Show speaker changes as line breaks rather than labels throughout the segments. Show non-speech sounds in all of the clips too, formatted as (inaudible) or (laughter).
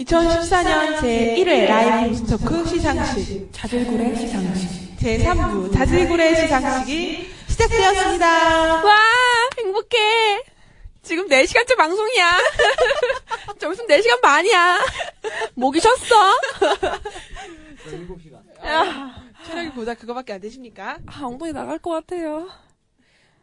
제 1회 라이브 스토크 시상식 자질구레 시상식 제 3부 자질구레 시상식이 시작되었습니다.
와 행복해 지금 4시간째
(laughs)
방송이야 점심 4시간 반이야 목이 쉬었어
7시간.
체력이 보다 그거밖에 안 되십니까?
아, 엉덩이 나갈 것 같아요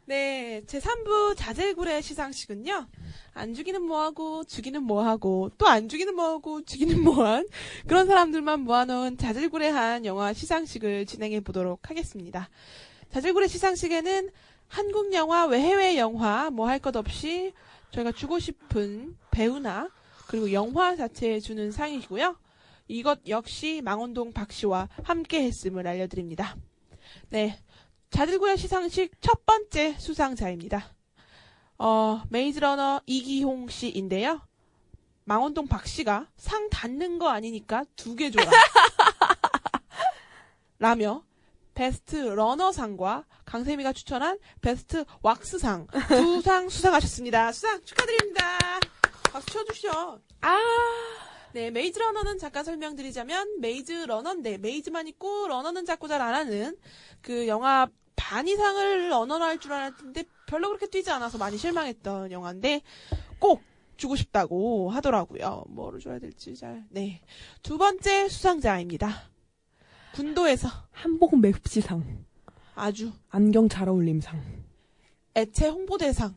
네, 제 3부 자질구레 시상식은요. 안 죽이는 뭐하고 죽이는 뭐하고 또 안 죽이는 뭐하고 죽이는 뭐한 그런 사람들만 모아놓은 자질구레한 영화 시상식을 진행해 보도록 하겠습니다. 자질구레 시상식에는 한국 영화, 외해외 영화 뭐 할 것 없이 저희가 주고 싶은 배우나 그리고 영화 자체에 주는 상이고요. 이것 역시 망원동 박 씨와 함께 했음을 알려드립니다. 네, 자질구레 시상식 첫 번째 수상자입니다. 어, 메이즈러너 이기홍 씨인데요. 망원동 박 씨가 상 닿는 거 아니니까 두 개 줘라. (laughs) 라며 베스트 러너상과 강세미가 추천한 베스트 왁스상 두 상 수상하셨습니다. 수상 축하드립니다. 박수 쳐주시죠.
아
네, 메이즈 러너는 잠깐 설명드리자면 메이즈 러너인데 메이즈만 있고 러너는 자꾸 잘 안 하는 그 영화 반 이상을 언어할 줄 알았는데 별로 그렇게 뛰지 않아서 많이 실망했던 영화인데 꼭 주고 싶다고 하더라고요. 뭐를 줘야 될지 잘. 네. 두 번째 수상자입니다. 군도에서
한복 맵시상,
아주
안경 잘 어울림상,
애체 홍보대상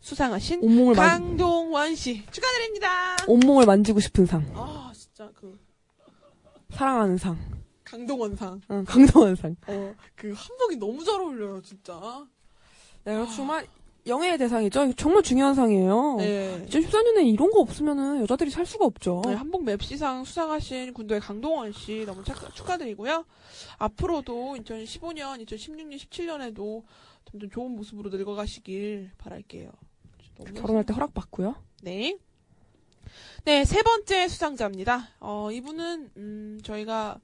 수상하신
온몸을 만
강동원 씨 축하드립니다.
온몸을 만지고 싶은 상,
아, 진짜 그
사랑하는 상,
강동원상.
응, 강동원 상.
어, 그 한복이 너무 잘 어울려요, 진짜.
네, 그렇죠. 정말 영예의 대상이죠. 이거 정말 중요한 상이에요.
네.
2014년에 이런 거 없으면은 여자들이 살 수가 없죠.
네, 한복 맵시상 수상하신 군도의 강동원 씨 너무 착- 축하드리고요. 앞으로도 2015년, 2016년, 17년에도 점점 좋은 모습으로 늙어가시길 바랄게요. 너무
결혼할 때 허락받고요.
네. 네, 세 번째 수상자입니다. 어, 이분은, 음, 저희가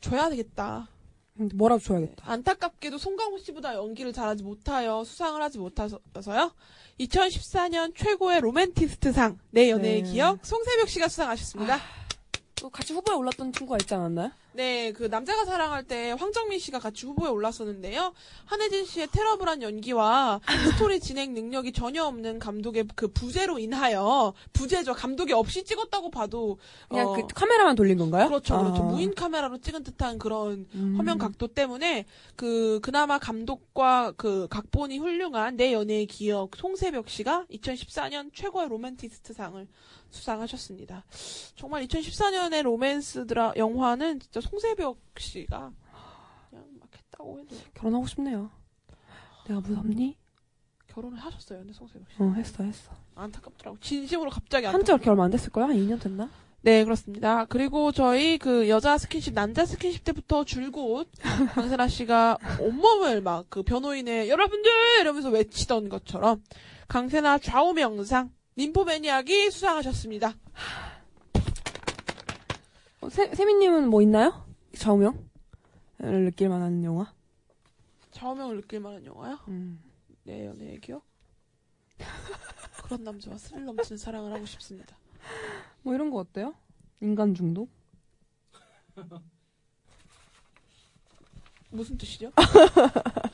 줘야 되겠다.
근데 뭐라도 줘야겠다.
안타깝게도 송강호 씨보다 연기를 잘하지 못하여 수상을 하지 못하서요. 2014년 최고의 로맨티스트상 내 연애의
네.
기억 송세벽 씨가 수상하셨습니다.
또 같이 후보에 올랐던 친구가 있지 않았나요?
네, 그 남자가 사랑할 때 황정민 씨가 같이 후보에 올랐었는데요. 한혜진 씨의 테러블한 연기와 스토리 진행 능력이 전혀 없는 감독의 그 부재로 인하여 부재죠. 감독이 없이 찍었다고 봐도
그냥
어,
그 카메라만 돌린 건가요?
그렇죠, 그렇죠.
아.
무인 카메라로 찍은 듯한 그런
음.
화면 각도 때문에 그 그나마 감독과 그 각본이 훌륭한 내 연애의 기억 송세벽 씨가 2014년 최고의 로맨티스트상을 수상하셨습니다. 정말 2014년의 로맨스 드라 영화는 진짜 송세벽 씨가 그냥 막 했다고 해도
결혼하고 싶네요. 내가 무섭니?
결혼을 하셨어요, 근데 송세벽 씨.
어, 했어, 했어.
안타깝더라고. 진심으로 갑자기 안타깝.
한지 얼마 안 됐을 거야? 한 2년 됐나?
네, 그렇습니다. 그리고 저희 그 여자 스킨십, 남자 스킨십 때부터 줄곧 강세라 씨가 온몸을 막 그 변호인의 여러분들! 이러면서 외치던 것처럼 강세나 좌우명상, 림포매니악이 수상하셨습니다.
어, 세, 세미님은 뭐 있나요? 좌우명을 느낄 만한 영화?
좌우명을 느낄 만한 영화요?
음.
네, 연애의 기억? 그런 남자와 스릴 넘치는 사랑을 하고 싶습니다.
뭐 이런 거 어때요? 인간 중독?
무슨 뜻이죠?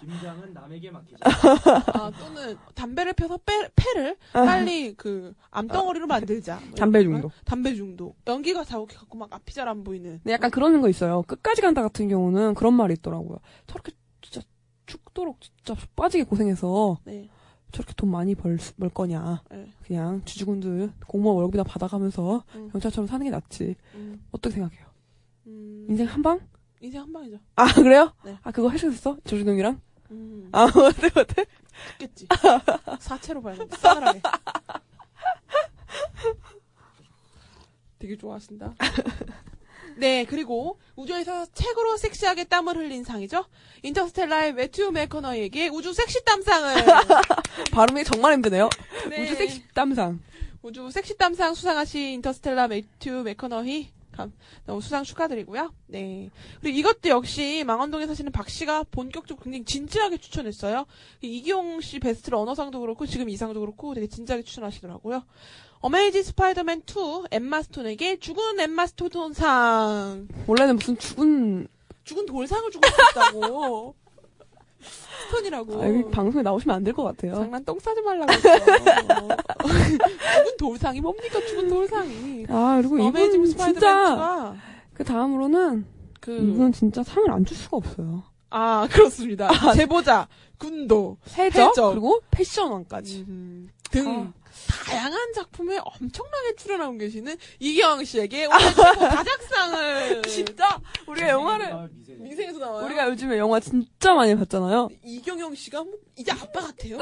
김장은 남에게 맡기자.
아, 또는 담배를 펴서 빼, 폐를 빨리 그 암덩어리로 만들자. 뭐
아. 담배
이런
중독.
거. 담배 중독. 연기가 자욱해 갖고 막 앞이 잘 안 보이는.
근데 네, 약간 그런 거 있어요. 끝까지 간다 같은 경우는 그런 말이 있더라고요. 저렇게 진짜 죽도록 진짜 빠지게 고생해서
네.
저렇게 돈 많이 벌, 수- 벌 거냐.
네.
그냥 주주군들 공무원 월급이나 받아가면서
음.
경찰처럼 사는 게 낫지.
음,
어떻게 생각해요?
음,
인생 한 방?
인생 한 방이죠.
아, 그래요?
네.
아, 그거 하셨었어? 조준동이랑?
음,
아, 어때, 어때?
죽겠지. (laughs) 사체로 봐야 돼.
(laughs)
싸늘하게. 되게 좋아하신다. (laughs) 네, 그리고 우주에서 책으로 섹시하게 땀을 흘린 상이죠. 인터스텔라의 매튜 맥커너에게 우주 섹시 땀상을.
(laughs) 발음이 정말 힘드네요.
네.
우주 섹시 땀상.
우주 섹시땀상 수상하신 인터스텔라 매튜 맥커너히 감- 너무 수상 축하드리고요. 네. 그리고 이것도 역시 망원동에 사시는 박 씨가 본격적으로 굉장히 진지하게 추천했어요. 이기용 씨 베스트를 언어상도 그렇고 지금 이상도 그렇고 되게 진지하게 추천하시더라고요. 어메이징 스파이더맨 2 엠마 스톤에게 죽은 엠마 스톤상
원래는 무슨 죽은,
죽은 돌상을 주고 싶다고 (laughs) 스톤이라고
아, 여기 방송에 나오시면 안 될 것 같아요.
장난 똥 싸지 말라고 했어. (laughs) 죽은 돌상이 뭡니까 죽은 돌상이.
아, 그리고
뭐 어메이징
이분 진짜,
스파이더맨 2가
그 다음으로는
그,
이분은 진짜 상을 안 줄 수가 없어요.
아, (laughs) 그렇습니다.
네.
제보자, 군도, 해적,
그리고 패션왕까지.
음, 등.
아.
다양한 작품에 엄청나게 출연하고 계시는 이경 씨에게 올해 최고
(laughs)
다작상을.
진짜 우리가 영화를
미세.
민생에서 나와요.
음. 우리가 요즘에 영화 진짜 많이 봤잖아요.
이경영 씨가 뭐 이제 아빠 같아요.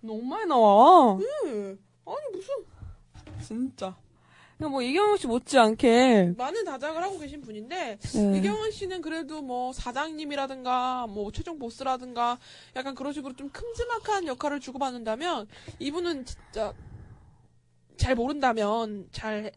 너무 많이 나와.
음. 아니, 무슨,
진짜. 그냥 뭐 이경호 씨 못지않게
많은 다작을 하고 계신 분인데,
네.
이경원 씨는 그래도 뭐 사장님이라든가 뭐 최종 보스라든가 약간 그런 식으로 좀 큼지막한 역할을 주고받는다면 이분은 진짜 잘 모른다면 잘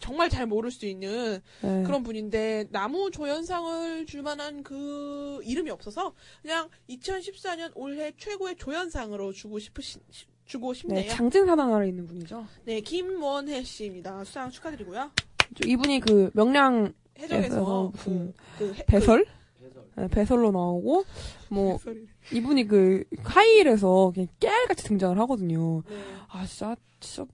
정말 잘 모를 수 있는
네.
그런 분인데 나무 조연상을 줄만한 그 이름이 없어서 그냥 2014년 올해 최고의 조연상으로 주고 싶으신 주고
네,
싶네요.
장진 사당 아래 있는 분이죠.
네, 김원혜 씨입니다. 수상 축하드리고요.
저 이분이 그 명량
해적에서
무슨
그, 그 해-
뭐, 음. 배설
배설.
네, 배설로 나오고 뭐
배설이래.
이분이 그 하이힐에서 그냥 깨알같이 등장을 하거든요.
네.
아 진짜 진짜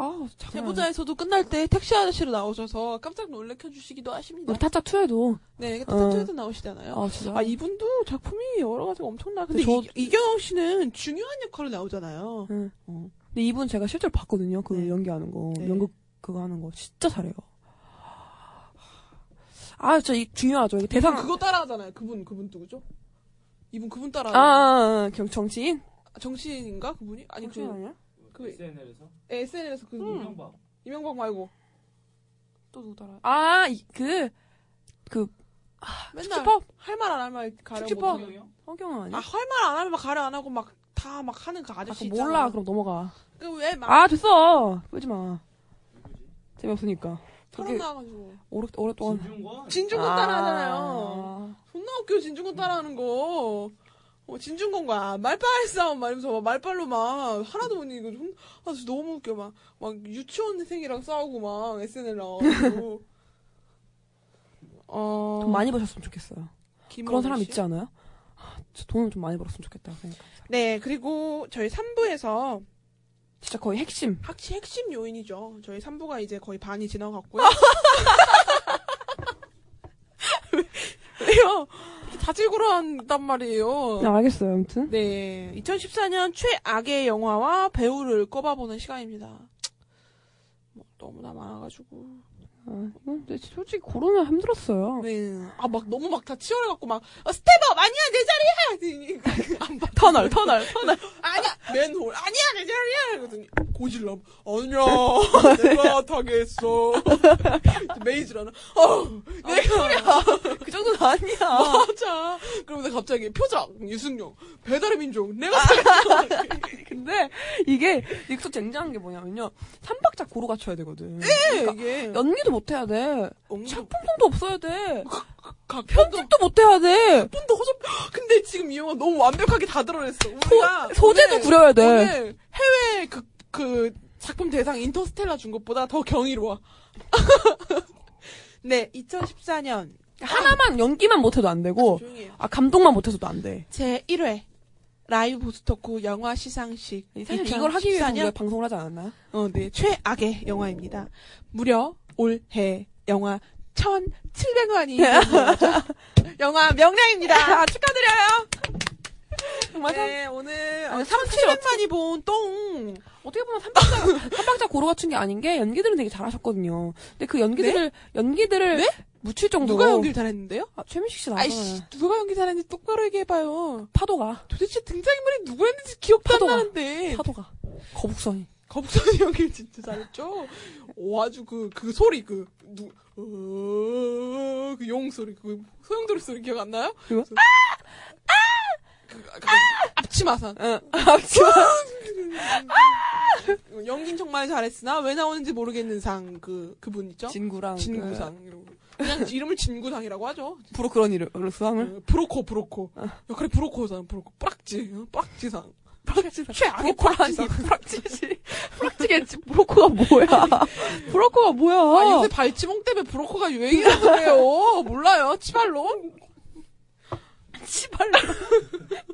아 장난. 아니야.
제보자에서도 끝날 때 택시 아저씨로 나오셔서 깜짝 놀래켜 주시기도 하십니다.
우리 타짜 2에도
네,
어.
타투에서 나오시잖아요.
아 진짜
아, 이분도 작품이 여러 가지가 엄청나. 근데
근데 저-
이, 이경영 씨는 중요한 역할로 나오잖아요.
응. 어. 근데 이분 제가 실제로 봤거든요. 그
네.
연기하는 거.
네.
연극 그거 하는 거. 진짜 잘해요. 아, 진짜 이 중요하죠. 이게 대상.
그분 그거 따라하잖아요. 그분, 그분 누구죠? 이분 그분 따라.
아, 아, 아, 경, 정치인? 어,
정치인인가 그분이? 아니 그,
아니야? 음.
그
SNL에서
SNL에서 그
이명박.
이명박 말고
또 누구더라? 아, 이, 그,
맨날
슈퍼?
할 말 안 할 말 가려.
축지법.
못하는.
이경영?
허경영 아니야?
아, 할 말 안 하면 막 가려 안 하고 막 다 막 하는 그
아,
아저씨.
그거 몰라. 그럼 넘어가.
그왜 막,
아, 됐어! 끄지 마.
누구지?
재미없으니까.
털어
그게-
나와가지고.
오랫, 오랫동안.
진중권.
진중권
아.
따라하잖아요. 존나 웃겨 진중권 따라하는 거. 어, 진중권과 말빨 싸움 말면서 막 말빨로 막 하나도 못 이기고 존- 아 진짜 너무 웃겨 막 막 유치원생이랑 싸우고 막 SNL
(laughs)
나와가지고 어
돈 많이 버셨으면 좋겠어요. 그런
김원우
사람
씨?
있지 않아요? 아, 진짜 돈을 좀 많이 벌었으면 좋겠다. 그러니까.
네 그리고 저희 3부에서
진짜 거의 핵심.
확실히 핵심 요인이죠 저희 3부가 이제 거의 반이
(laughs)
지나갔고요 (laughs) 왜요 자질구로 한단 말이에요
아, 알겠어요. 아무튼.
네, 2014년 최악의 영화와 배우를 꼽아보는 시간입니다. 뭐, 너무나 많아가지고.
아, 이건 근데 솔직히 고르면 힘들었어요.
네, 아 막 너무 막 다 치열해갖고 막 어, 스텝업 아니야 내 자리야. (laughs) 안 봐. 터널 터널 터널 아니야 맨홀 아니야 내 자리야. 그랬더니 고질럼 아니야 (laughs) 내가 타겠어. 메이즈라는 어 내가
그 정도는 (laughs) 아니야.
(laughs) 맞아. 그러면서 갑자기 표정 유승용 배달의 민족 내가 타겠어.
근데 이게 닉소 쟁쟁한 게 뭐냐면요. 삼박자 고루 갖춰야 되거든. 그러니까
이게
연기도 못 해야 돼.
엄청
작품성도 없어야 돼.
편집
또 못 해야 돼.
도 허접. 근데 지금 이 영화 너무 완벽하게 다 드러냈어. 우리가
소재도
오늘-
구려야 돼.
오늘 해외 그, 그 작품 대상 (laughs) 인터스텔라 준 것보다 더 경이로워. 네, 2014년
하나만 연기만 못해도 안 되고
조용히 해요.
아 감독만 못해서도 안 돼.
제 1회 라이브 보스토크 영화 시상식.
사실 이걸 하기 위해서
2014년
우리가 방송을 하지 않았나?
어, 네. 최악의 영화입니다. 무려 올해 영화 (laughs) 1,700원이 영화 명량입니다. 아, 축하드려요.
정말 참-
네, 오늘
아니,
3,700만이 본 똥.
어떻게 보면 삼박자 (laughs) 삼박자 고루 갖춘 게 아닌 게 연기들은 되게 잘하셨거든요. 근데 그 연기들을 연기들을
네?
묻힐 정도로
누가 연기를 잘했는데요?
아, 최민식 씨
아이씨,
뭐. 나왔잖아요.
누가 연기 잘했는지 똑바로 얘기해봐요.
파도가
도대체 등장인물이 누구였는지 기억도
파도가.
안 나는데.
파도가 거북선이
거북선 (laughs) 연기를 진짜 잘했죠? 오, 아주 그, 그 소리, 그, 누, 어, 그 용소리, 그, 소용돌이 소리 기억 안 나요?
그거?
그, 그, 그, 앞치마산.
아,
연기는 정말 잘했으나 왜 나오는지 모르겠는 상, 그, 그분 있죠?
진구랑 아, 네.
진구상. 이러고. 그냥 이름을 진구상이라고 하죠.
그 부로 그런 이름 수상을
어, 브로코, 브로코.
아.
역할이 브로코상, 브로코. 뿌락지, 어, 뿌락지상.
최악의
최악의
파란이
뿌락지상.
(laughs) 프락지지 프락지겠지 브로커가 (laughs) 뭐야 브로커가 뭐야
아, 요새 발치몽 때문에 브로커가 유행이라서 (laughs) 그래요. 몰라요. 치발로?
치발로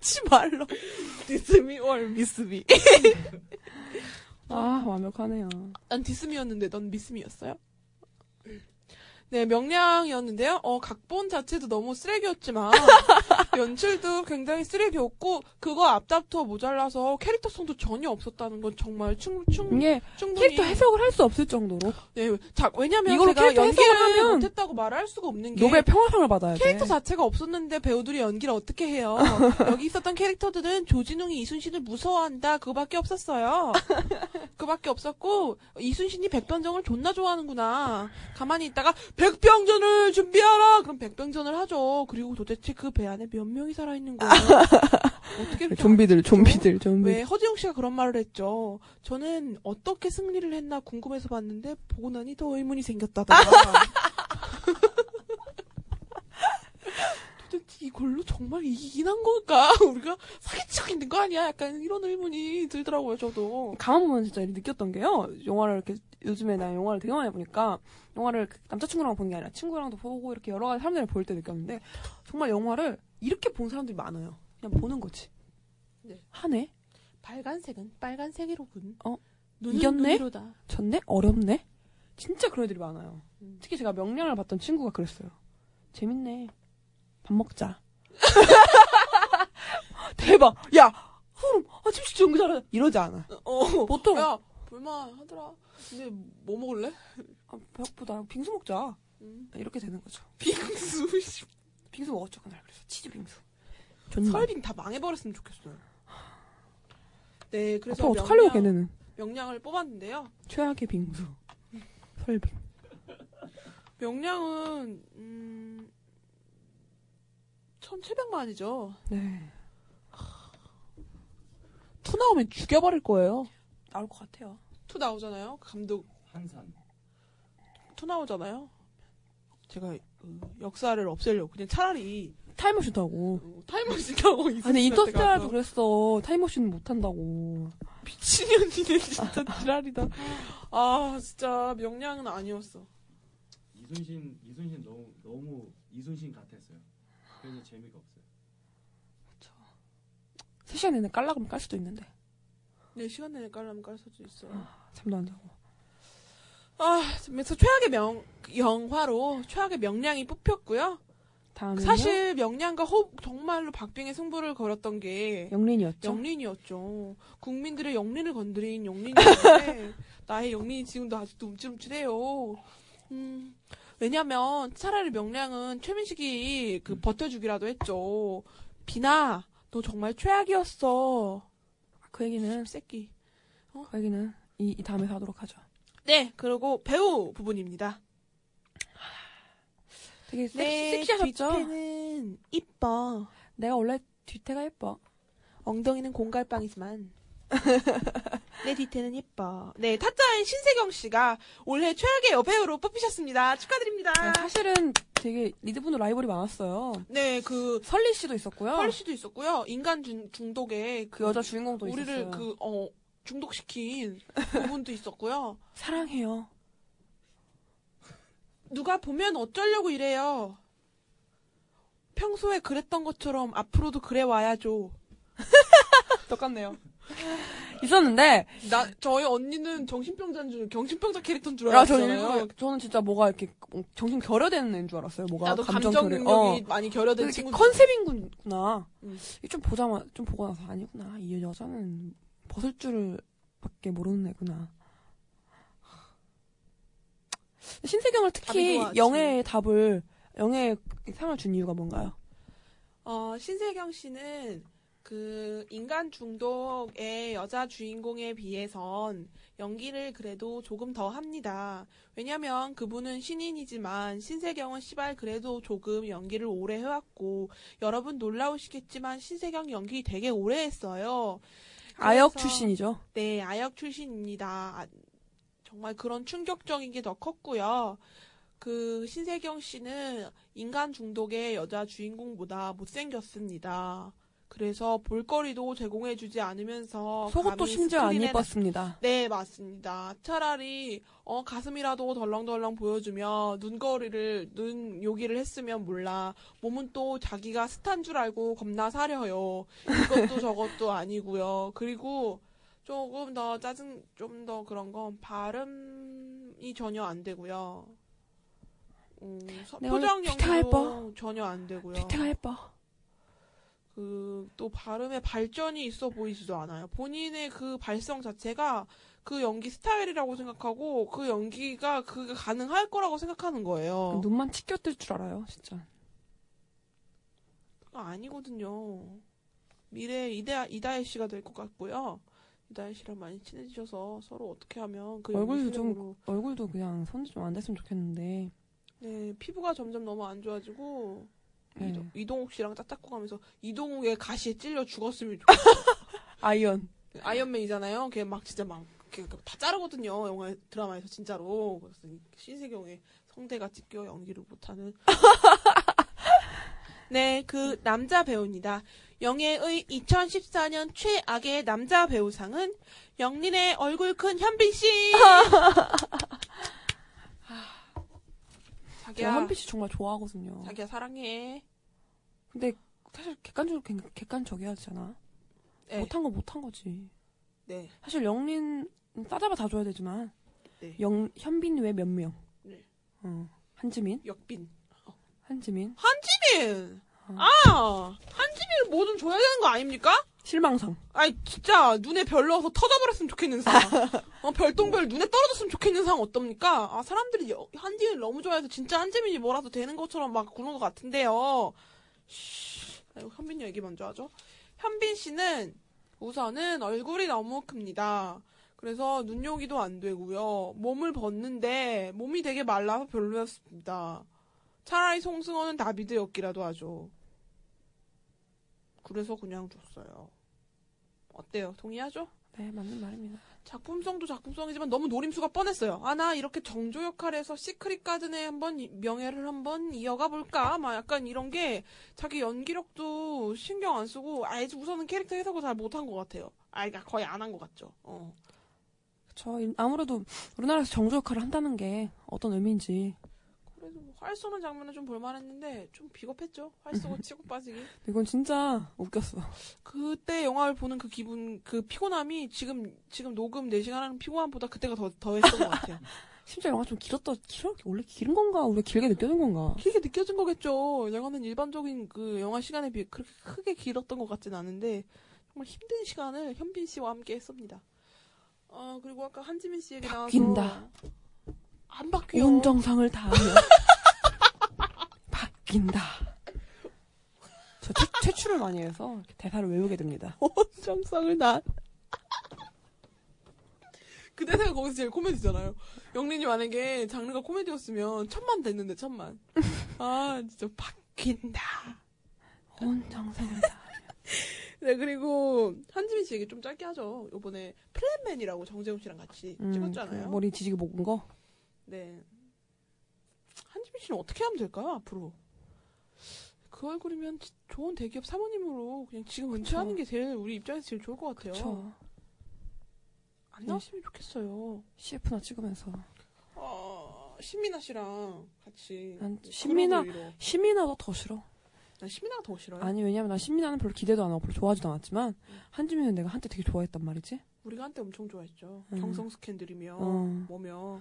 치발로
디스미 월 미스미.
아 완벽하네요
난 디스미였는데 넌 미스미였어요? 네, 명량이었는데요. 어, 각본 자체도 너무 (laughs) 쓰레기였지만, 연출도 굉장히 쓰레기였고, 그거 앞다퉈 모자라서 캐릭터성도 전혀 없었다는 건 정말 충, 충,
이게
충분히.
캐릭터 해석을 할 수 없을 정도로
네, 자, 왜냐면
이걸로
제가
캐릭터 해석을
연기를
하면
못했다고 말할 수가 없는 게.
노벨 평화상을 받아야 돼
캐릭터 자체가 없었는데 배우들이 연기를 어떻게
(laughs)
해요? 여기 있었던 캐릭터들은 조진웅이 이순신을 무서워한다. 그거밖에
(laughs)
없었어요. 그거밖에 없었고 이순신이 백병전을 존나 좋아하는구나. 가만히 있다가 백병전을 준비하라. 그럼 백병전을 하죠. 그리고 도대체 그 배 안에 몇 명이 살아있는
(laughs)
거예요? 어떻게 이렇게
네, 좀비들 좀비들 좀비
왜 허지웅 씨가 그런 말을 했죠? 저는 어떻게 승리를 했나 궁금해서 봤는데 보고 나니 더 의문이 생겼다더라. 도대체 이걸로 정말 이기긴 한 건가? (laughs) 우리가 사기치고 있는 거 아니야? 약간 이런 의문이 들더라고요, 저도.
가만 보면 진짜 느꼈던 게요. 영화를 이렇게 요즘에 나 영화를 되게 많이 보니까 영화를 그 남자친구랑 보는 게 아니라 친구랑도 보고 이렇게 여러 가지 사람들을 볼 때 느꼈는데 정말 영화를 이렇게 본 사람들이 많아요. 그냥 보는 거지.
네.
하네,
빨간색은 빨간색이로군.
어?
눈은
이겼네?
눈으로다.
졌네, 어렵네. 진짜 그런 애들이 많아요.
음.
특히 제가 명량을 봤던 친구가 그랬어요. 재밌네.
(laughs)
밥 먹자. 대박. 야, 흠, 아 지금 연기 잘하. 이러지 않아.
어,
보통
야, 볼만 하더라. 근데 뭐 먹을래?
아, 배고프다. 빙수 먹자.
음,
이렇게 되는 거죠.
빙수. (laughs) 씨.
빙수 먹었죠 그날 그래서 치즈 빙수.
설빙 다 망해버렸으면 좋겠어요. 네, 그래서
아빠 어떡하려고
명량-
걔네는
명량을 뽑았는데요.
최악의 빙수 설빙
명량은 음 1,700만이죠.
네
투 나오면 죽여버릴 거예요.
나올 것 같아요
투 나오잖아요. 감독
한산.
투 나오잖아요. 제가 어, 역사를 없애려고 그냥 차라리
타임머신 타고
어, 타임머신 타고
아 근데
이순신한테
인터스텔라도
가서
그랬어 타임머신 못 탄다고
미친년이네 진짜 지랄이다. (laughs) 아 진짜 명량은 아니었어.
이순신 이순신 너무 너무 이순신 같았어요. 그래서 재미가 없어요.
3시간 내내 깔라 그러면 깔 수도 있는데
네 시간 내내 깔라면 깔 수도 있어요.
잠도 안 자고
아 그래서 최악의 명 영화로 최악의 명량이 뽑혔고요. 아,
다음에
사실 명량과 호 정말로 박빙의 승부를 걸었던 게
영린이었죠
영린이었죠. 국민들의 영린을 건드린 영린이었는데 (laughs) 나의 영린이 지금도 아직도 움찔움찔해요. 음, 왜냐면 차라리 명량은 최민식이 그 버텨주기라도 했죠. 비나 너 정말 최악이었어.
그 얘기는
새끼.
그 얘기는 이, 이 다음에 하도록 하죠
네 그리고 배우 부분입니다.
되게 섹시, 섹시하셨죠
네, 뒤태는 이뻐.
내가 원래 뒤태가 예뻐
엉덩이는
(laughs)
공갈빵이지만 내 뒤태는 예뻐. 네 타짜인 신세경 씨가 올해 최악의 여배우로 뽑히셨습니다. 축하드립니다.
네, 사실은 되게 리드분도 라이벌이 많았어요
네그
설리 씨도 있었고요
펄 씨도 있었고요. 인간 중, 중독에
그 어. 여자 주인공도
우리를
있었어요
그어 중독시킨 부분도 있었고요. (laughs)
사랑해요
누가 보면 어쩌려고 이래요. 평소에 그랬던 것처럼 앞으로도 그래 와야죠.
똑같네요. 있었는데,
나 저희 언니는 정신병자인 줄 정신병자 캐릭터인 줄
아, 저는,
알았잖아요.
일부러- 저는 진짜 뭐가 이렇게 정신 결여되는 애인 줄 알았어요. 뭐가
나도 감정
결여-
능력이
어.
많이 결여된
이렇게
친구.
컨셉인구나.
음.
이좀 보자마 좀 보고 나서 아니구나. 이 여자는 벗을 줄밖에 모르는 애구나. 신세경을
답이
특히
좋아,
영애의 답을 영애의 상을 준 이유가 뭔가요?
어, 신세경 씨는 그 인간 중독의 여자 주인공에 비해선 연기를 그래도 조금 더 합니다. 왜냐면 그분은 신인이지만 신세경은 시발 그래도 조금 연기를 오래 해왔고 여러분 놀라우시겠지만 신세경 연기 되게 오래 했어요.
아역
그래서-
출신이죠.
네, 아역 출신입니다. 아, 정말 그런 충격적인 게 더 컸고요. 그 신세경 씨는 인간 중독의 여자 주인공보다 못생겼습니다. 그래서 볼거리도 제공해주지 않으면서
속옷도
감히
심지어 안
스크린에
입었습니다.
네, 맞습니다. 차라리 어, 가슴이라도 덜렁덜렁 보여주며 눈거리를 눈 요기를 했으면 몰라. 몸은 또 자기가 스탄 줄 알고 겁나 사려요. 이것도 저것도 아니고요. 그리고 조금 더 짜증 좀 더 그런 건 발음이 전혀 안 되고요. 음, 서-
네, 원래
표정
뒤태가 예뻐.
연기도 전혀 안 되고요.
뒤태가 예뻐.
그 또 발음의 발전이 있어 보이지도 않아요. 본인의 그 발성 자체가 그 연기 스타일이라고 생각하고 그 연기가 그게 가능할 거라고 생각하는 거예요.
눈만 치켜뜰 줄 알아요, 진짜.
그거 아, 아니거든요. 미래의 이다, 이다혜 씨가 될 것 같고요. 이다혜 씨랑 많이 친해지셔서 서로 어떻게 하면 그 연기
얼굴도 좀-
수용으로-
얼굴도 그냥 손질 좀 안 됐으면 좋겠는데.
네, 피부가 점점 너무 안 좋아지고
네.
이동, 이동욱 씨랑 짜짜고 가면서 이동욱의 가시에 찔려 죽었으면 좋겠어요.
아이언.
아이언맨이잖아요. 걔 막 진짜 막 이렇게 다 자르거든요. 영화 드라마에서 진짜로. 그래서 이 신세경의 성대가 찢겨 연기를 못하는. (laughs) 네, 그 남자 배우입니다. 영예의 2014년 최악의 남자 배우상은 영린의 얼굴 큰 현빈 (laughs) 씨. 아,
제가
자기야,
한빛이 정말 좋아하거든요.
자기야 사랑해.
근데 사실 객관적으로 객- 객관적이어야 되잖아.
네.
못한 거 못한 거지.
네,
사실 영린 싸잡아 다 줘야 되지만
네.
영 현빈 외 몇 명?
네.
어, 한지민,
역빈.
한지민
한지민. 아, 한지민을 뭐 좀 줘야 되는 거 아닙니까?
실망상.
아니 진짜 눈에 별 넣어서 터져버렸으면 좋겠는 상. 어, 별똥별 눈에 떨어졌으면 좋겠는 상 어떻습니까? 아 사람들이 여- 한지민 너무 좋아해서 진짜 한지민이 뭐라도 되는 것처럼 막 그런 것 같은데요. 쉬, 아이고, 현빈 얘기 먼저 하죠. 현빈 씨는 우선은 얼굴이 너무 큽니다. 그래서 눈요기도 안 되고요. 몸을 벗는데 몸이 되게 말라서 별로였습니다. 차라리 송승헌은 다비드 였기라도 하죠. 그래서 그냥 줬어요. 어때요? 동의하죠?
네 맞는 말입니다.
작품성도 작품성이지만 너무 노림수가 뻔했어요. 아, 나 이렇게 정조 역할에서 시크릿 가든에 한번 이- 명예를 한번 이어가 볼까? 막 약간 이런 게 자기 연기력도 신경 안 쓰고 아예 우선은 캐릭터 해석을 잘 못한 것 같아요. 아, 그러니까 거의 안 한 것 같죠. 어.
저 아무래도 우리나라에서 정조 역할을 한다는 게 어떤 의미인지
그래도 뭐활 쏘는 장면은 좀 볼만했는데 좀 비겁했죠. 활 쏘고 치고 빠지기.
이건 진짜 웃겼어.
그때 영화를 보는 그 기분, 그 피곤함이 지금 지금 녹음 4시간 하는 피곤함보다 그때가 더 더했던 것 같아요.
심지어 영화 좀 길었다. 길어 원래 길은 건가? 우리 가 길게 느껴진 건가?
길게 느껴진 거겠죠. 영화는 일반적인 그 영화 시간에 비해 그렇게 크게 길었던 것 같진 않은데 정말 힘든 시간을 현빈 씨와 함께 했습니다. 어 그리고 아까 한지민 씨 얘기 나와서
바뀐다.
안 바뀌어.
온 정성을 다하면 바뀐다. 저 채, 출을 많이 해서 이렇게 대사를 외우게 됩니다.
(laughs) 어? 정상을 난. (laughs) 그 대사가 거기서 제일 코미디잖아요. 영린이 만약에 장르가 코미디였으면 천만 됐는데
(laughs)
천만. 아 진짜 바뀐다.
온 정성을 다.
네, 그리고 한지민 씨 얘기 좀 짧게 하죠. 요번에 플랜맨이라고 정재훈 씨랑 같이 (laughs)
음,
찍었잖아요.
그 머리 지지게 먹은 거.
네. 한지민 씨는 어떻게 하면 될까요, 앞으로? 그 얼굴이면 지- 좋은 대기업 사모님으로 그냥 지금 은퇴하는 게 제일 우리 입장에서 제일 좋을 것 같아요.
저
안 나왔으면 좋겠어요.
CF나 찍으면서
아, 신민아 씨랑 같이.
난
그런
신민아-
의미로.
시민아도 더 싫어.
난 시민아가 더 싫어요.
아니 왜냐면 나 신민아는 별로 기대도 안 하고 별로 좋아하지도 않았지만 한지민은 내가 한때 되게 좋아했단 말이지.
우리가 한때 엄청 좋아했죠.
음.
경성 스캔들이며
어.
뭐며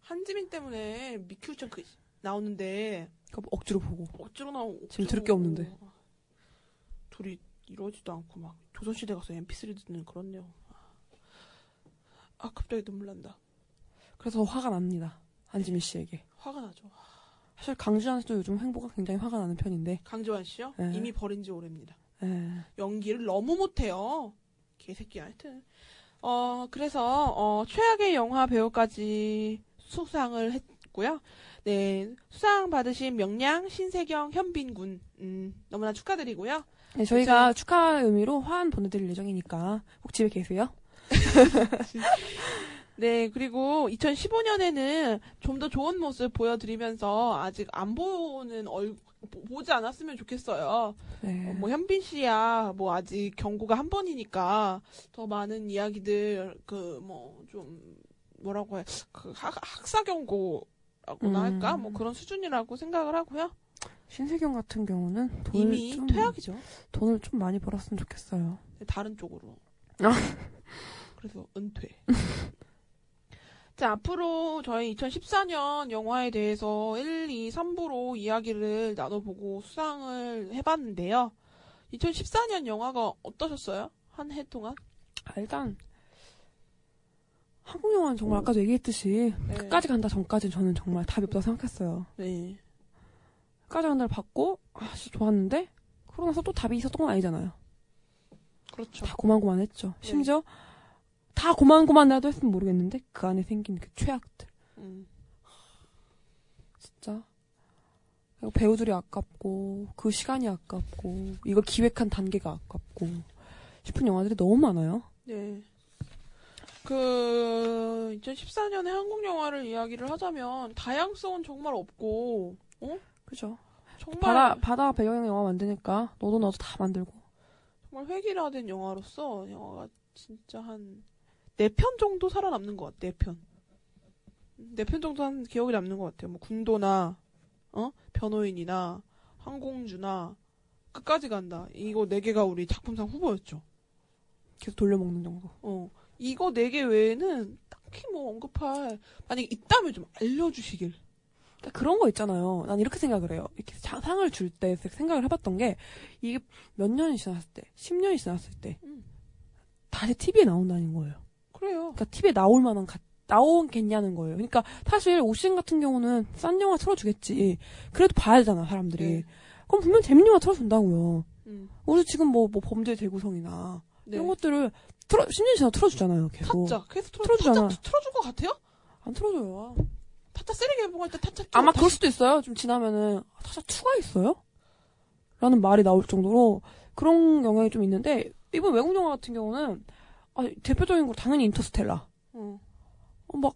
한지민 때문에 미큐션 그 나오는데
그거 뭐 억지로 보고.
어찌로 나오고
지금 들을 게 없는데.
둘이 이러지도 않고 막 조선시대 가서 mp3 듣는 그런 내용 아 갑자기 눈물 난다
그래서 화가 납니다. 한지민 씨에게.
화가 나죠
사실 강지환 씨도 요즘 행보가 굉장히 화가 나는 편인데.
강조환 씨요
네.
이미 버린 지 오래입니다
에.
연기를 너무 못해요 개새끼 하여튼 어 그래서 어 최악의 영화 배우까지 수상을 했고요 네 수상 받으신 명량 신세경 현빈 군 음, 너무나 축하드리고요
네, 저희가 축하 의미로 화환 보내드릴 예정이니까 꼭 집에 계세요.
네, 그리고 2015년에는 좀 더 좋은 모습 보여드리면서 아직 안 보는 얼 보- 보지 않았으면 좋겠어요.
네.
어, 뭐 현빈 씨야 뭐 아직 경고가 한 번이니까 더 많은 이야기들 그 뭐 좀 뭐라고 해그 학사 경고라고나
음.
할까 뭐 그런 수준이라고 생각을 하고요.
신세경 같은 경우는 돈을
이미
좀
퇴학이죠.
돈을 좀 많이 벌었으면 좋겠어요.
다른 쪽으로.
아.
그래서
(laughs)
은퇴. 자, 앞으로 저희 2014년 영화에 대해서 1, 2, 3부로 이야기를 나눠보고 수상을 해봤는데요. 2014년 영화가 어떠셨어요? 한 해 동안?
아, 일단 한국 영화는 정말 아까도 얘기했듯이
어. 네.
끝까지 간다 전까지 저는 정말 답이 없다고 생각했어요.
네.
끝까지 간다를 봤고 아 진짜 좋았는데 그러고 나서 또 답이 있었던 건 아니잖아요.
그렇죠.
다
네.
고만고만했죠. 심지어 다 고만고만해도 했으면 모르겠는데 그 안에 생긴 그 최악들
음.
진짜 그리고 배우들이 아깝고 그 시간이 아깝고 이걸 기획한 단계가 아깝고 싶은 영화들이 너무 많아요.
네. 그, 2014년에 한국 영화를 이야기를 하자면 다양성은 정말 없고, 어?
그죠?
정말.
바다 바다 배경 영화 만드니까 너도 나도 다 만들고
정말 획일화된 영화로서 영화가 진짜 한 네 편 정도 살아남는 것 같아. 네 편. 네 편 정도 한 기억이 남는 것 같아요. 뭐 군도나 어 변호인이나 항공주나 끝까지 간다. 이거 네 개가 우리 작품상 후보였죠.
계속 돌려먹는 정도.
어 이거 네 개 외에는 딱히 뭐 언급할 만약에 있다면 좀 알려주시길.
그러니까 그런 거 있잖아요. 난 이렇게 생각을 해요. 이렇게 자- 상을 줄 때 생각을 해봤던 게 이게 몇 년이 지났을 때, 10년이 지났을 때
음.
다시 TV에 나온다는 거예요.
그래요.
그러니까 TV에 나올 만한 가- 나오겠냐는 거예요. 그러니까 사실 오신 같은 경우는 싼 영화 틀어주겠지. 그래도 봐야 되잖아 사람들이.
네.
그럼 분명 재밌는 영화 틀어준다고요.
음.
우리 지금 뭐, 뭐 범죄 대구성이나
네.
이런 것들을 틀어 10년 지나 틀어주잖아요. 계속
타짜 계속 틀어,
뭐 틀어주잖아.
타짜 틀어준 것 같아요?
안 틀어줘요.
타짜 세리게 개봉할 때 타짜
아마
다시
그럴 수도 있어요. 좀 지나면은 아, 타짜 2가 있어요? 라는 말이 나올 정도로 그런 영향이 좀 있는데 이번 외국 영화 같은 경우는 아, 대표적인 거 당연히 인터스텔라.
응.
어, 막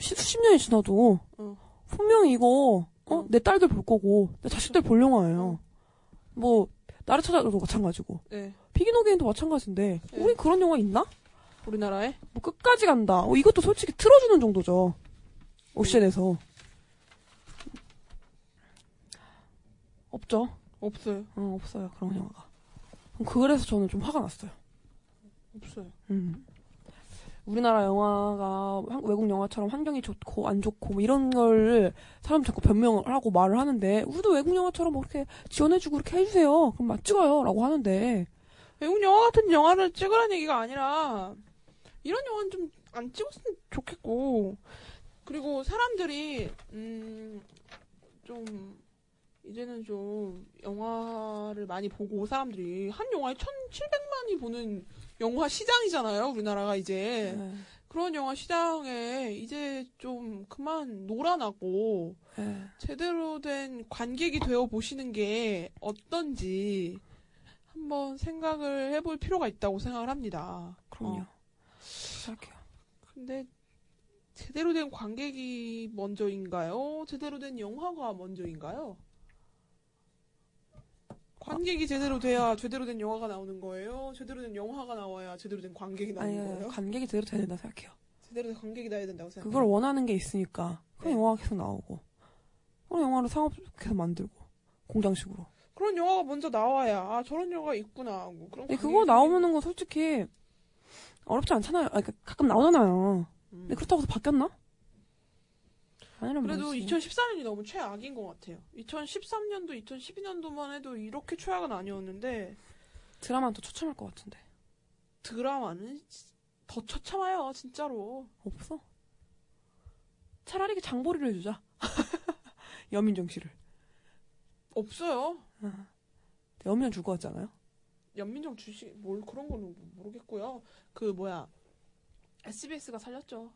시- 수십 년이 지나도
응.
분명히 이거 어?
응.
내 딸들 볼 거고 내 자식들 볼 영화예요. 뭐 나를 찾아도 마찬가지고
네.
비긴어게인도 마찬가지인데
네.
우리 그런 영화 있나?
우리나라에
뭐 끝까지 간다. 어, 이것도 솔직히 틀어주는 정도죠. 옵션에서. 없죠.
없어요.
어, 없어요. 그런 영화가. 그래서 저는 좀 화가 났어요.
없어요.
음. 우리나라 영화가 한- 외국 영화처럼 환경이 좋고 안 좋고 뭐 이런 걸 사람 자꾸 변명을 하고 말을 하는데 우리도 외국 영화처럼 뭐 이렇게 지원해주고 이렇게 해주세요. 그럼 막 찍어요라고 하는데
외국 예, 영화 같은 영화를 찍으라는 얘기가 아니라 이런 영화는 좀 안 찍었으면 좋겠고 그리고 사람들이 음좀 이제는 좀 영화를 많이 보고 사람들이 한 영화에 1,700만이 보는 영화 시장이잖아요 우리나라가 이제
예,
그런 영화 시장에 이제 좀 그만 놀아나고
예.
제대로 된 관객이 되어 보시는 게 어떤지 한번 생각을 해볼 필요가 있다고 생각을 합니다.
그럼요.
어,
시작해요.
근데 제대로 된 관객이 먼저인가요? 제대로 된 영화가 먼저인가요? 관객이 제대로 돼야 제대로 된 영화가 나오는 거예요. 제대로 된 영화가 나와야 제대로 된 네. 관객이
아니
나오는 거예요. 네.
관객이 제대로 돼야 된다 생각해요.
제대로 된 관객이 나야 된다고 생각해요.
그걸 원하는 게 있으니까 그런
네.
영화가 계속 나오고 그런 영화로 상업 계속 만들고 공장식으로
그런 영화가 먼저 나와야 아, 저런 영화가 있구나 하고 그런
근데
어, 관객이
네, 그거 나오는 건 솔직히 어렵지 않잖아요. 아, 그러니까 가끔 나오잖아요.
음.
근데 네, 그렇다고 해서 바뀌었나? 아니란
그래도
말이지.
2014년이 너무 최악인 것 같아요. 2013년도, 2012년도만 해도 이렇게 최악은 아니었는데
드라마는 더 초참할 것 같은데.
드라마는 더 처참해요, 진짜로.
없어. 차라리 이렇게 장보리를 해주자. (laughs) 여민정 씨를.
없어요.
여민정 줄것 같지 않아요?
연민정 주식 뭘 그런 거는 모르겠고요. 그 뭐야 SBS가 살렸죠.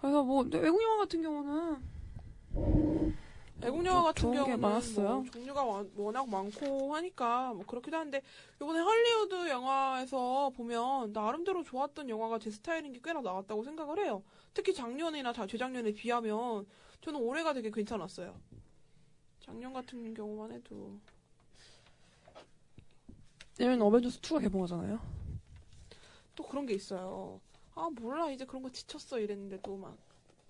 그래서 뭐 근데 외국 영화 같은 경우는
애국 영화 같은
뭐 좋은 게
경우는
많았어요.
뭐 종류가 와- 워낙 많고 하니까 뭐 그렇기도 한데 이번에 할리우드 영화에서 보면 나름대로 좋았던 영화가 제 스타일인 게 꽤나 나왔다고 생각을 해요. 특히 작년이나 자- 재작년에 비하면 저는 올해가 되게 괜찮았어요. 작년 같은 경우만 해도
내년 어벤져스 2가 개봉하잖아요.
또 그런 게 있어요. 아 몰라 이제 그런 거 지쳤어 이랬는데 또 막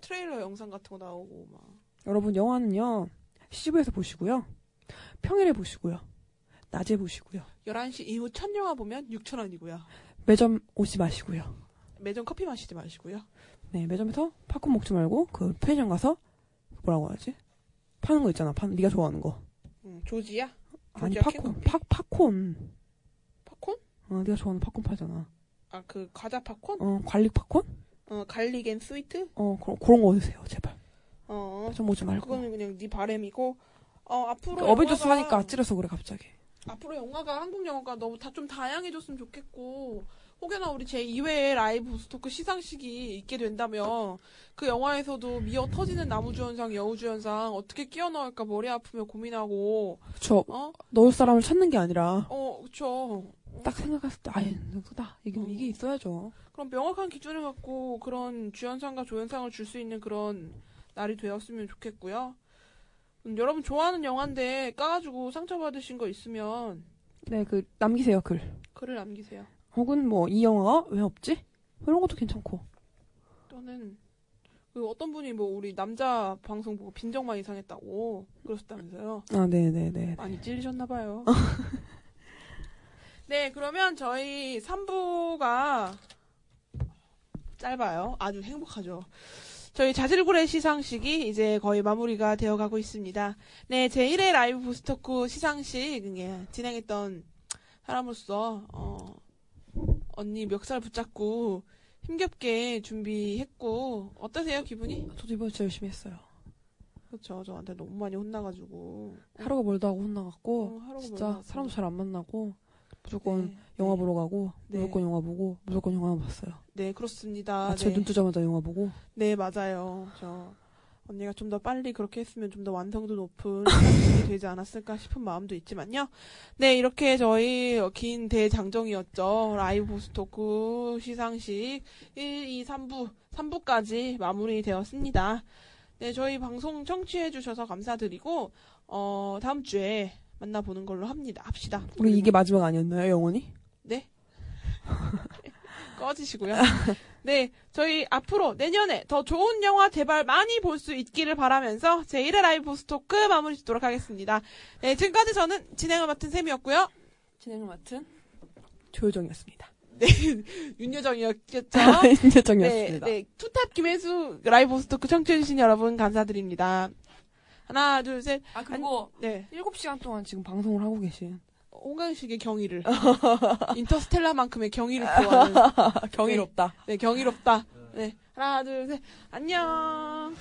트레일러 영상 같은 거 나오고 막
여러분 영화는요 시부에서 보시고요 평일에 보시고요 낮에 보시고요
11시 이후 첫 영화 보면 6,000원이고요.
매점 오지 마시고요.
매점 커피 마시지 마시고요.
네 매점에서 팝콘 먹지 말고 그 편의점 가서 뭐라고 하지? 파는 거 있잖아. 파 네가 좋아하는 거.
음, 조지야?
아니
조지야
팝콘.
캔커피?
팝 팝콘.
팝콘?
어, 네가 좋아하는 팝콘 팔잖아.
아, 그 과자 팝콘?
어 갈릭 팝콘?
어, 갈릭 앤 스위트?
어 그런 그런 거 드세요 제발.
어,
매점 오지 말고. 그
그거는 그냥 네 바램이고. 어, 앞으로
어벤져스
영화가-
하니까 아찔해서 그래 갑자기.
앞으로 영화가 한국 영화가 너무 다 좀 다양해졌으면 좋겠고 혹여나 우리 제 2회 라이브 스토크 시상식이 있게 된다면 그 영화에서도 미어 터지는 나무주연상 여우주연상 어떻게 끼워 넣을까 머리 아프며 고민하고
그쵸.
어?
넣을 사람을 찾는 게 아니라
어, 그쵸.
딱 생각했을 때 아예 누구다 이게
어.
이게 있어야죠.
그럼 명확한 기준을 갖고 그런 주연상과 조연상을 줄 수 있는 그런 날이 되었으면 좋겠고요. 음, 여러분 좋아하는 영화인데 까가지고 상처받으신 거 있으면
네 그 남기세요 글.
글을 남기세요.
혹은 뭐 이 영화가 왜 없지? 이런 것도 괜찮고
또는 그 어떤 분이 뭐 우리 남자 방송 보고 빈정만 이상했다고 그러셨다면서요.
아 네네네
많이 찔리셨나 봐요. (laughs) 네, 그러면 저희 3부가 짧아요. 아주 행복하죠. 저희 자질구레 시상식이 이제 거의 마무리가 되어가고 있습니다. 네, 제1회 라이브 부스터쿠 시상식 예, 진행했던 사람으로서 어, 언니 멱살 붙잡고 힘겹게 준비했고 어떠세요 기분이?
저도 이번에 진짜 열심히 했어요
그렇죠. 저한테 너무 많이 혼나가지고
하루가 멀다 하고 혼나갖고
어, 하루가
진짜
멀다.
사람도 잘 안 만나고 무조건
네.
영화 보러 가고
네.
무조건 영화 보고 무조건 영화 봤어요
네, 그렇습니다.
아침에
네.
눈 뜨자마자 영화 보고
네, 맞아요. 저 언니가 좀 더 빨리 그렇게 했으면 좀 더 완성도 높은 시상식이 되지 않았을까 싶은 마음도 있지만요. 네, 이렇게 저희 긴 대장정이었죠. 라이브 보스토크 시상식 1, 2, 3부, 3부까지 마무리되었습니다. 네, 저희 방송 청취해주셔서 감사드리고, 어, 다음 주에 만나보는 걸로 합니다. 합시다.
우리 이게 마지막 아니었나요 영원히?
네. 꺼지시고요. 네, 저희 앞으로 내년에 더 좋은 영화 제발 많이 볼 수 있기를 바라면서 제1회 라이브 스토크 마무리 짓도록 하겠습니다. 네, 지금까지 저는 진행을 맡은 셈이었고요.
진행을 맡은 조효정이었습니다
윤여정이었겠죠?
아? (laughs)
네,
진짜정이었습니다
네, 투탑 김혜수 라이브 스토크 청취해주신 여러분 감사드립니다. 하나, 둘, 셋.
아 그리고
네,
7시간 동안 지금 방송을 하고 계신
홍강식의
(laughs)
경의를. 인터스텔라만큼의 경의를 구하는.
네, 아, 경이롭다
네, 경이롭다. 네. 하나, 둘, 셋. 안녕.